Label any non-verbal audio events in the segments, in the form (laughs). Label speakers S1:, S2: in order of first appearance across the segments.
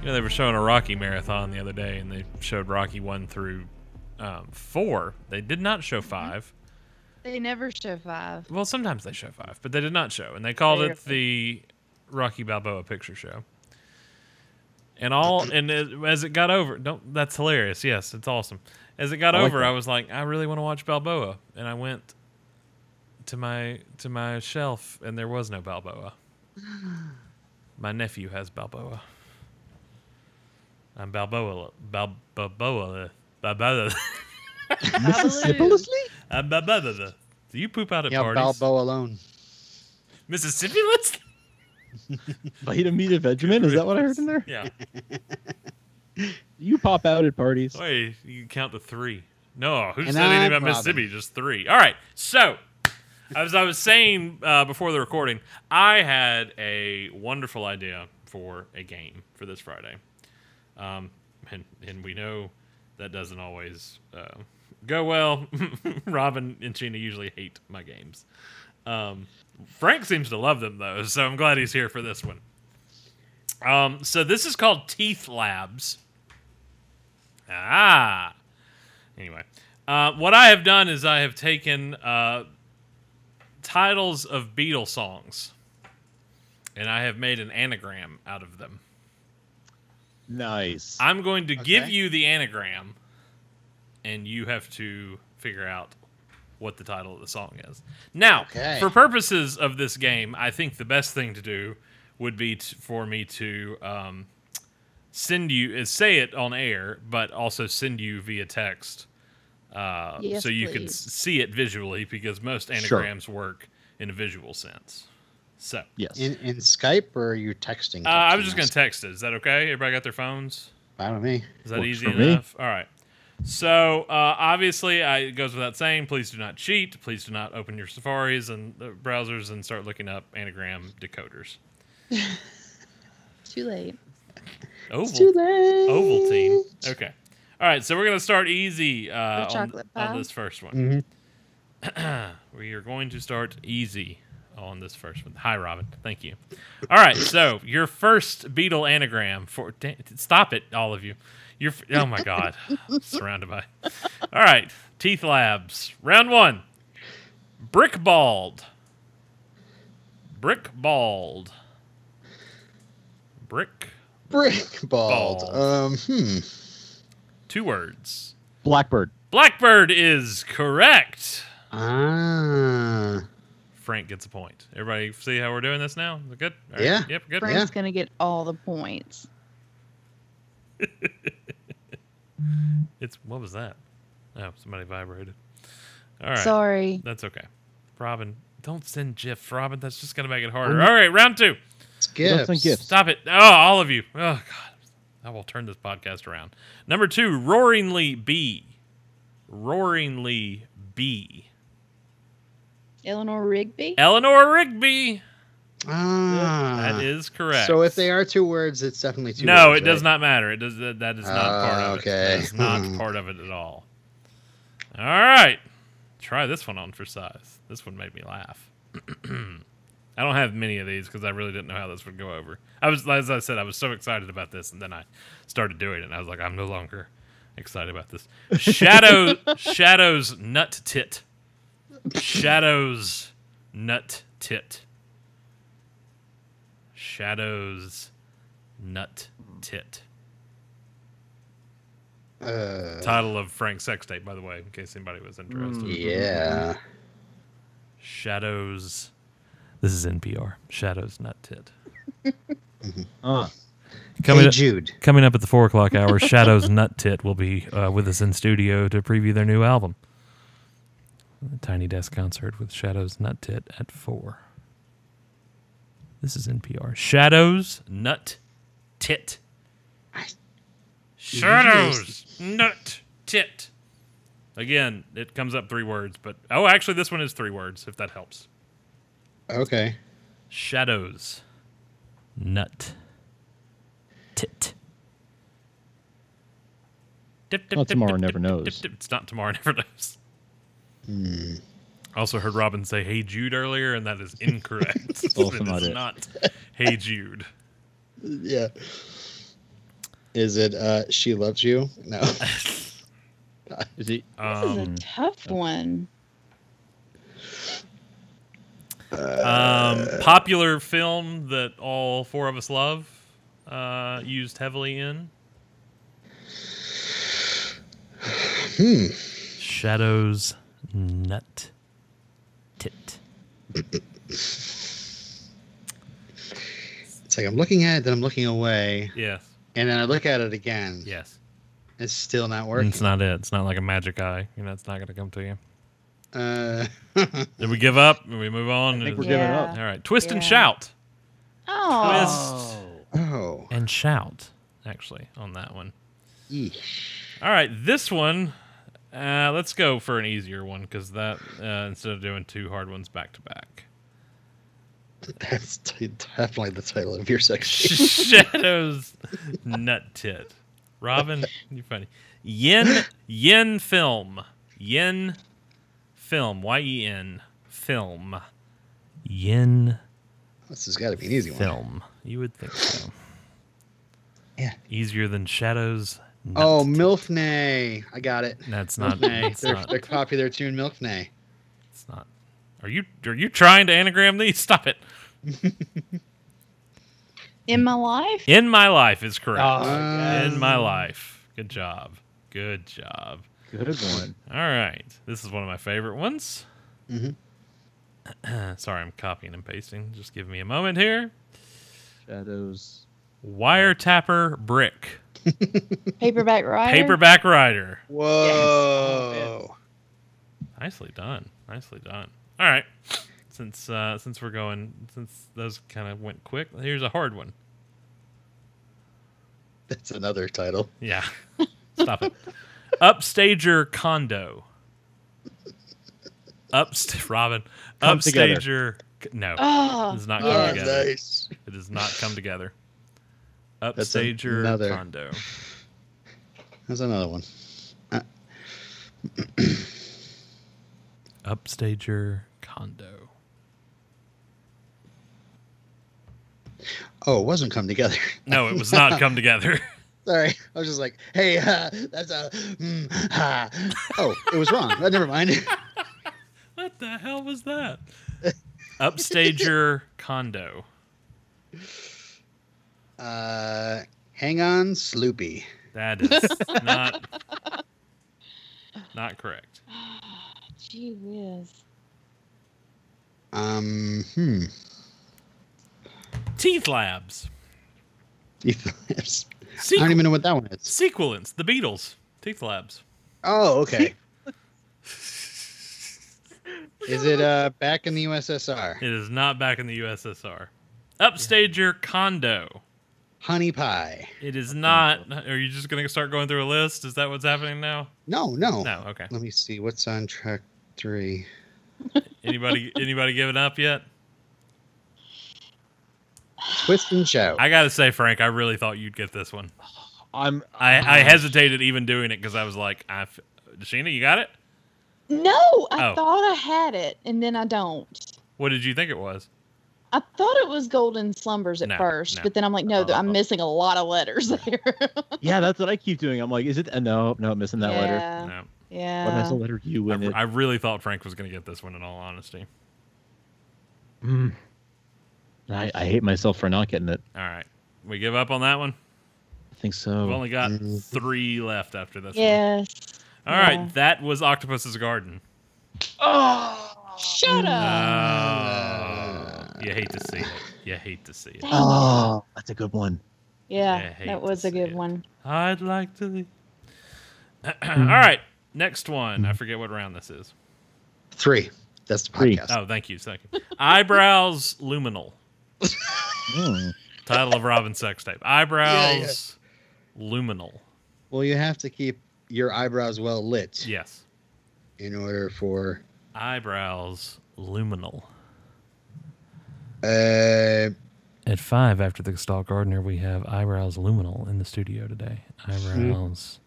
S1: You know, they were showing a Rocky marathon the other day, and they showed Rocky one through um, four. They did not show five.
S2: They never show five.
S1: Well, sometimes they show five, but they did not show, and they called it the Rocky Balboa Picture Show. And all
S3: (clears throat)
S1: and as- as it got over, don't that's hilarious. Yes, it's awesome. As it got
S3: I like
S1: over,
S3: that.
S1: I was like, I really want to watch Balboa, and I went to my to my shelf, and there was no
S3: (sighs)
S1: Balboa. my nephew has Balboa. I'm Balboa, Bal- Balboa, Balboa.
S2: Mississippi?
S1: I'm Balboa. Do you poop out at
S4: Yeah,
S1: parties?
S4: Balboa alone.
S1: Mississippi Let's.
S3: Vita Mita Benjamin? E Is that what I heard in there?
S1: Yeah.
S3: You pop out at parties.
S1: Wait, you count to three. No, who
S4: And
S1: said anything
S4: I'm
S1: about
S4: Robin.
S1: Mississippi? Just three. All right. So, as I was saying uh, before the recording, I had a wonderful idea for a game for this Friday. Um, and, and we know that doesn't always uh, go well. (laughs) Robin and Sheena usually hate my games. Um, Frank seems to love them, though, so I'm glad he's here for this one. Um, so, this is called Teeth Labs. Ah. Anyway, uh, what I have done is I have taken uh, titles of Beatles songs, and I have made an anagram out of them.
S3: Nice.
S1: I'm going to give
S4: Okay.
S1: you the anagram, and you have to figure out what the title of the song is. Now,
S4: Okay.
S1: for purposes of this game, I think the best thing to do would be t- for me to um, send you uh, say it on air, but also send you via text, uh,
S2: Yes,
S1: so you can s-
S2: please.
S1: see it visually because most anagrams work in a visual sense. So.
S3: yes.
S4: In in Skype or are you texting?
S1: Uh, I was just going to text it. Is that okay? Everybody got their phones?
S4: Fine with me.
S1: Is that
S3: Works
S1: easy
S3: for me.
S1: enough? All right. So uh, obviously, I, it goes without saying. Please do not cheat. Please do not open your safaris and uh, browsers and start looking up anagram decoders.
S2: Too late.
S1: Oval,
S4: Too late.
S1: Ovaltine. Okay. All right. So we're gonna start easy uh,
S2: The
S1: on,
S2: chocolate
S1: on
S2: pie?
S1: this first one.
S4: Mhm.
S1: (clears throat) We are going to start easy on this first one. Hi, Robin. Thank you. All right. So your first Beetle anagram for da- stop it, all of you. Your f- oh my
S2: (laughs)
S1: god, surrounded by. All right, Teeth Labs round one. Brickballed. Brickballed. Brick.
S4: Brick bald.
S1: Bald.
S4: Um, hmm.
S1: Two words.
S3: Blackbird.
S1: Blackbird is correct.
S4: Ah.
S1: Frank gets a point. Everybody see how we're doing this now? Is it Good. All
S4: Yeah.
S1: Yep. Good.
S2: Frank's gonna get all the points.
S1: It's what was that? Oh, somebody vibrated. All right,
S2: Sorry.
S1: that's okay. Robin, don't send GIF, Robin. That's just gonna make it harder. All right, round two.
S4: It's gifts.
S3: on gifts.
S1: Stop it. Oh, all of you. Oh God, I will turn this podcast around. Number two, roaringly B, roaringly B.
S2: Eleanor Rigby.
S1: Eleanor Rigby.
S4: Ah.
S1: that is correct.
S4: So if they are two words, it's definitely two.
S1: no,
S4: words,
S1: it does
S4: right?
S1: not matter. It does that, that is not part
S4: Ah,
S1: of it.
S4: okay.
S1: That's not
S4: Hmm.
S1: part of it at all. All right. Try this one on for size. This one made me laugh. (clears throat) I don't have many of these because I really didn't know how this would go over. I was, as I said, I was so excited about this, and then I started doing it, and I was like, I'm no longer excited about this. Shadow, shadows, nut tit, shadows, nut tit, shadows, nut tit.
S4: Uh,
S1: Title of Frank's sex tape, by the way, in case anybody was
S4: Mm.
S1: interested.
S4: yeah.
S1: Shadows. This is NPR. Shadows, not tit.
S3: Uh,
S4: Hey
S1: Coming,
S4: Jude.
S1: coming up at the four o'clock hour, (laughs) Shadows Nut Tit will be uh, with us in studio to preview their new album. Tiny Desk concert with Shadows Nut Tit at four. This is NPR. Shadows Nut Tit.
S4: I-
S1: Shadows Nut Tit. Again, it comes up three words, but oh, actually, this one is three words. If that helps.
S4: Okay.
S1: Shadows. Nut. Tit. Dip, dip,
S3: Well,
S1: dip,
S3: tomorrow
S1: dip,
S3: never
S1: dip, dip, (laughs)
S3: knows.
S1: dip, dip. It's not tomorrow never knows. I also heard Robin say "Hey Jude" earlier, and that is incorrect. (laughs) It
S3: Also
S1: is
S3: not it.
S1: not "Hey Jude."
S4: Yeah. Is it uh she loves you?
S1: (laughs)
S4: No.
S3: Is he?
S2: This is a
S1: Um,
S2: tough one.
S1: um, popular film that all four of us love, uh, used heavily in
S4: Hmm.
S1: Shadows Nut Tit.
S4: It's like I'm looking at it, then I'm looking away,
S1: Yes,
S4: and then I look at it again.
S1: yes.
S4: It's still not working.
S1: Mm, It's not it. It's not like a magic eye. You know, it's not going to come to you.
S4: Uh, (laughs)
S1: Did we give up? Did we move on?
S3: I think we're
S1: Is-
S2: good.
S3: giving
S2: Yeah.
S3: up.
S1: All right. Twist and
S2: Yeah.
S1: shout.
S2: Oh,
S4: oh.
S1: And shout, actually, on that one.
S4: Eesh.
S1: All right, this one. Uh, let's go for an easier one because that uh, instead of doing two hard ones back to back. (laughs)
S4: That's t- definitely the title of your section.
S1: Shadows, nut tit. Robin, you're funny. Yen Yen film. Yen film. Y E N film. Yen
S4: this has got to be an easy one.
S1: film. You would think so.
S4: Yeah.
S1: Easier than shadows. Nut.
S4: Oh, Milfnay. I got it.
S1: that's not.
S4: Milfnay.
S1: That's
S4: Their,
S1: not.
S4: their popular tune, Milfnay.
S1: It's not. Are you are you trying to anagram these? Stop it.
S2: in my life?
S1: In my life is correct.
S4: Ah.
S3: Oh,
S4: Um,
S1: In my life. Good job. Good job.
S3: Good one.
S1: All right. This is one of my favorite ones.
S4: Mhm.
S1: (clears throat) Sorry, I'm copying and pasting. Just give me a moment here.
S3: Shadows.
S1: Wiretapper brick. (laughs)
S2: Paperback Rider?
S1: Paperback rider.
S4: Whoa.
S1: Nicely done. Nicely done. All right. Since uh, since we're going since those kind of went quick, here's a hard one.
S4: That's another title.
S1: Yeah. Stop it. Upstager condo. Upst (laughs) Robin.
S3: Come together.
S1: Upstager. No.
S2: Oh,
S1: It's not
S4: Ah,
S1: together.
S4: nice.
S1: It does not come together.
S4: That's
S1: Upstager
S4: another.
S1: condo.
S4: That's another one.
S1: Upstager condo.
S4: Oh, it wasn't come together. (laughs)
S1: No, it was not come together. (laughs)
S4: Sorry. I was just like, hey, (laughs) uh, that's a. Mm, ha. Oh, it was wrong. Uh, never mind. (laughs)
S1: what the hell was that? Upstager condo.
S4: Uh, hang on, Sloopy.
S1: That is not not correct.
S2: (sighs) Gee whiz.
S4: Um, hmm. (laughs)
S1: Teeth Labs.
S4: Ethan's- I
S1: Sequel,
S4: don't even know what that one is.
S1: sequelance. The Beatles. Teeth Labs. (laughs)
S4: Oh, okay. Is it uh back in the USSR?
S1: It is not back in the USSR. Upstager condo.
S4: Honey pie.
S1: It is not. Are you just gonna start going through a list? Is that what's happening now?
S4: No, no.
S1: No. Okay.
S4: Let me see. What's on track three?
S1: Anybody? (laughs) Anybody giving up yet?
S4: Twist and shout.
S1: I gotta say, Frank, I really thought you'd get this one.
S3: I'm.
S1: I, I
S3: Oh.
S1: hesitated even doing it because I was like, I f- Sheena, you got it.
S2: No, I
S1: Oh.
S2: thought I had it, and then I don't.
S1: What did you think it was?
S2: I thought it was Golden Slumbers at
S1: No,
S2: first,
S1: no.
S2: but then I'm like, no, th- I'm
S1: Oh.
S2: missing a lot of letters (laughs) there.
S3: (laughs) Yeah, that's what I keep doing. I'm like, is it? Uh, no, no, I'm missing that letter.
S2: yeah,
S1: No,
S3: What
S2: Yeah.
S3: has the letter U in
S1: I,
S3: it?
S1: I really thought Frank was gonna get this one. In all honesty.
S3: Mm. I, I hate myself for not getting it.
S1: All right, we give up on that one.
S3: I think so.
S1: We've only got
S4: Mm.
S1: three left after this. one.
S2: Yes.
S1: All right,
S2: yeah.
S1: that was Octopus's Garden.
S2: Shut up.
S1: Oh, you hate to see it. You hate to see it.
S3: oh, that's a good one.
S1: I
S2: yeah,
S1: hate
S2: that
S1: to
S2: was a
S1: say
S2: good
S1: it.
S2: one.
S1: I'd like to. leave. (clears throat) All right, next one. I forget what round this is.
S4: Three. That's the
S3: Three.
S4: podcast.
S1: Oh, thank you, thank you. Eyebrows luminal.
S3: Mm.
S1: Title of Robin's sex tape. Eyebrows luminal.
S4: Well, you have to keep your eyebrows well lit
S1: Yes.
S4: in order for
S1: Eyebrows luminal.
S4: uh
S1: At five after the Gestalt Gardener, we have Eyebrows Luminal in the studio today. uh, Eyebrows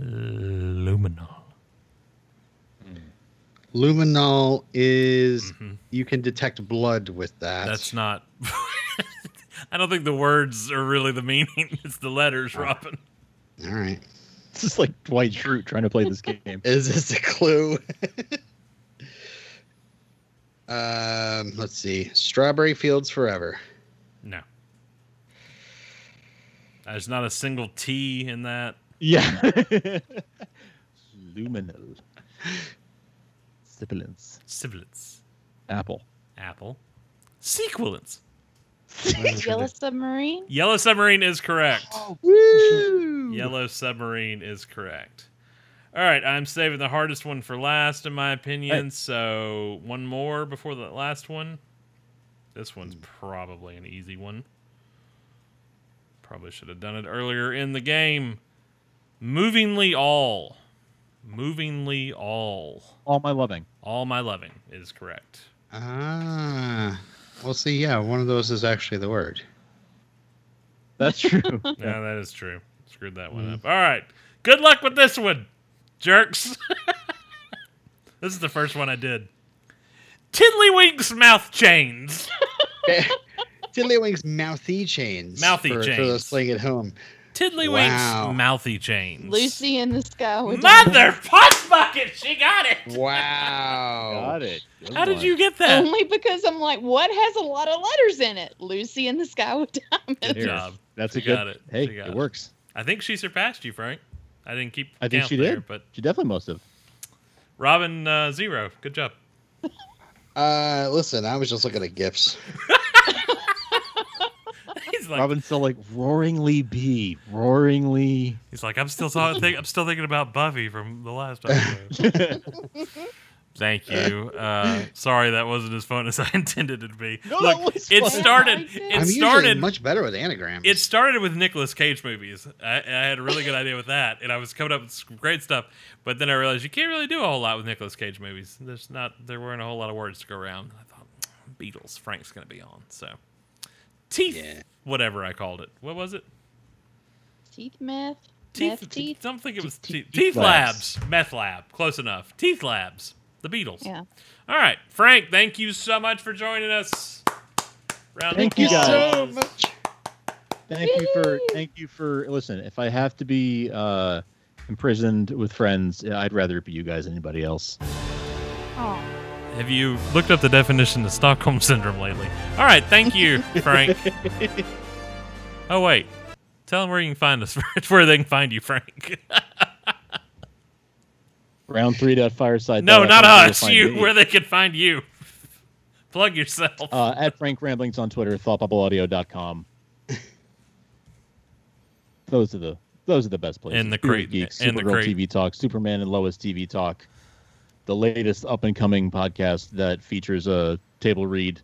S1: Luminal.
S4: Luminol is
S1: Mhm.
S4: you can detect blood with that.
S1: That's not. (laughs) I don't think the words are really the meaning. (laughs) It's the letters, Robin.
S4: all right.
S3: (laughs) This is like Dwight Schrute trying to play
S1: (laughs)
S3: this game.
S4: Is this a clue? um, let's see. Strawberry fields forever.
S1: No. There's not a single T in that.
S3: yeah. Luminal. Sibilance.
S1: Sibilance.
S3: Apple.
S1: Apple. Sequelance.
S2: Yellow submarine.
S1: Yellow submarine is correct.
S4: Woo!
S1: Yellow submarine is correct. All right, I'm saving the hardest one for last, in my opinion. So one more before the last one. This one's probably an easy one. Probably should have done it earlier in the game. Movingly all. Movingly all.
S3: All my loving.
S1: All my loving is correct.
S4: Ah. Well, see, yeah, one of those is actually
S3: (laughs)
S4: the word.
S3: That's true.
S1: Yeah, Mm-hmm. that is true. Screwed that one up. All right. Good luck with this one, jerks. (laughs) this is the first one I did. Tiddlywinks mouth chains.
S4: Tiddlywinks mouthy chains.
S1: Mouthy
S4: for, For
S1: chains.
S4: those playing at home.
S1: Tiddlywinks
S4: Wow.
S1: mouthy chains.
S2: Lucy in the sky with
S1: Mother punch bucket. She got it.
S4: Wow.
S3: (laughs) Got it. Good
S1: How did
S3: one.
S1: you get
S2: (laughs)
S1: that?
S2: Only because I'm like, what has a lot of letters in it? Lucy in the sky with diamonds.
S1: Good job.
S3: That's
S1: She
S3: a good.
S1: got it.
S3: Hey,
S1: She got
S3: it
S1: it.
S3: works.
S1: I think she surpassed you, Frank. I didn't keep.
S3: I think
S1: count
S3: she
S1: there,
S3: did.
S1: But
S3: She definitely must have.
S1: Robin uh, zero. Good job. (laughs)
S4: Uh, listen, I was just looking at gifts.
S1: He's like,
S3: Robin's still like roaringly bee, roaringly.
S1: he's like, I'm still talking. think, I'm still thinking about Buffy from the last episode. Thank you. Uh, sorry, that wasn't as fun as I (laughs) intended it to be.
S3: No,
S1: Look,
S3: that was
S1: it
S3: fun.
S2: Yeah,
S1: started.
S2: I did.
S1: It
S4: I'm usually
S1: started.
S4: much better with anagrams.
S1: It started with Nicolas Cage movies. I, I had a really good idea with that, and I was coming up with some great stuff. But then I realized you can't really do a whole lot with Nicolas Cage movies. There's not. There weren't a whole lot of words to go around. I thought "Mm, Beatles. Frank's going to be on. So teeth.
S4: Yeah.
S1: Whatever I called it. What was it?
S2: Teeth meth.
S1: Teeth.
S2: Meth teeth.
S1: Don't think it was teeth.
S3: Teeth-
S1: Teeth,
S3: teeth
S1: labs.
S3: labs.
S1: Meth lab. Close enough. Teeth labs. The Beatles.
S2: Yeah.
S1: All right, Frank, thank you so much for joining us. Round
S3: Thank
S1: of
S3: you
S1: applause.
S3: so
S4: much.
S3: Thank you for
S2: Yay!
S3: thank you for listen. If I have to be uh, imprisoned with friends, I'd rather it be you guys than anybody else.
S2: Oh.
S1: Have you looked up the definition of Stockholm syndrome lately? All right, thank
S3: (laughs)
S1: you, Frank. oh wait, tell them where you can find us. (laughs) where they can find you, Frank.
S3: Round three dot fireside.
S1: (laughs) no,
S3: dot
S1: not
S3: FM, you'll
S1: us.
S3: find
S1: You,
S3: me.
S1: where they can find you. Plug yourself.
S3: uh, at Frank Ramblings on Twitter, thoughtbubbleaudio.com. Those are the those are the best places.
S1: And the
S3: Beer
S1: crate-
S3: Geeks,
S1: and the
S3: Supergirl
S1: crate.
S3: TV Talk, Superman and Lois TV Talk, the latest up and coming podcast that features a table read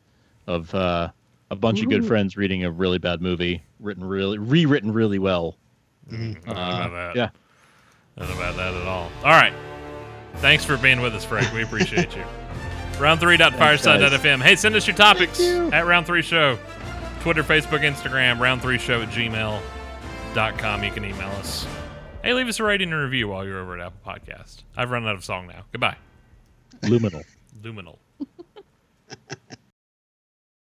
S3: of uh, a bunch of good
S2: Ooh.
S3: friends reading a really bad movie, written really rewritten really well.
S4: Mm.
S1: I don't know
S3: Uh,
S1: about that.
S3: yeah.
S1: Not about that at all. All right. Thanks for being with us, Frank. We appreciate
S3: (laughs)
S1: you. Round3.fireside.fm. Hey, send us your topics
S3: you.
S1: at Round 3 Show. Twitter, Facebook, Instagram, round3show at gmail.com. You can email us. Hey, leave us a rating and review while you're over at Apple
S3: Uh,
S1: Podcast. I've run out of song now. Goodbye.
S3: Luminal.
S1: Luminal.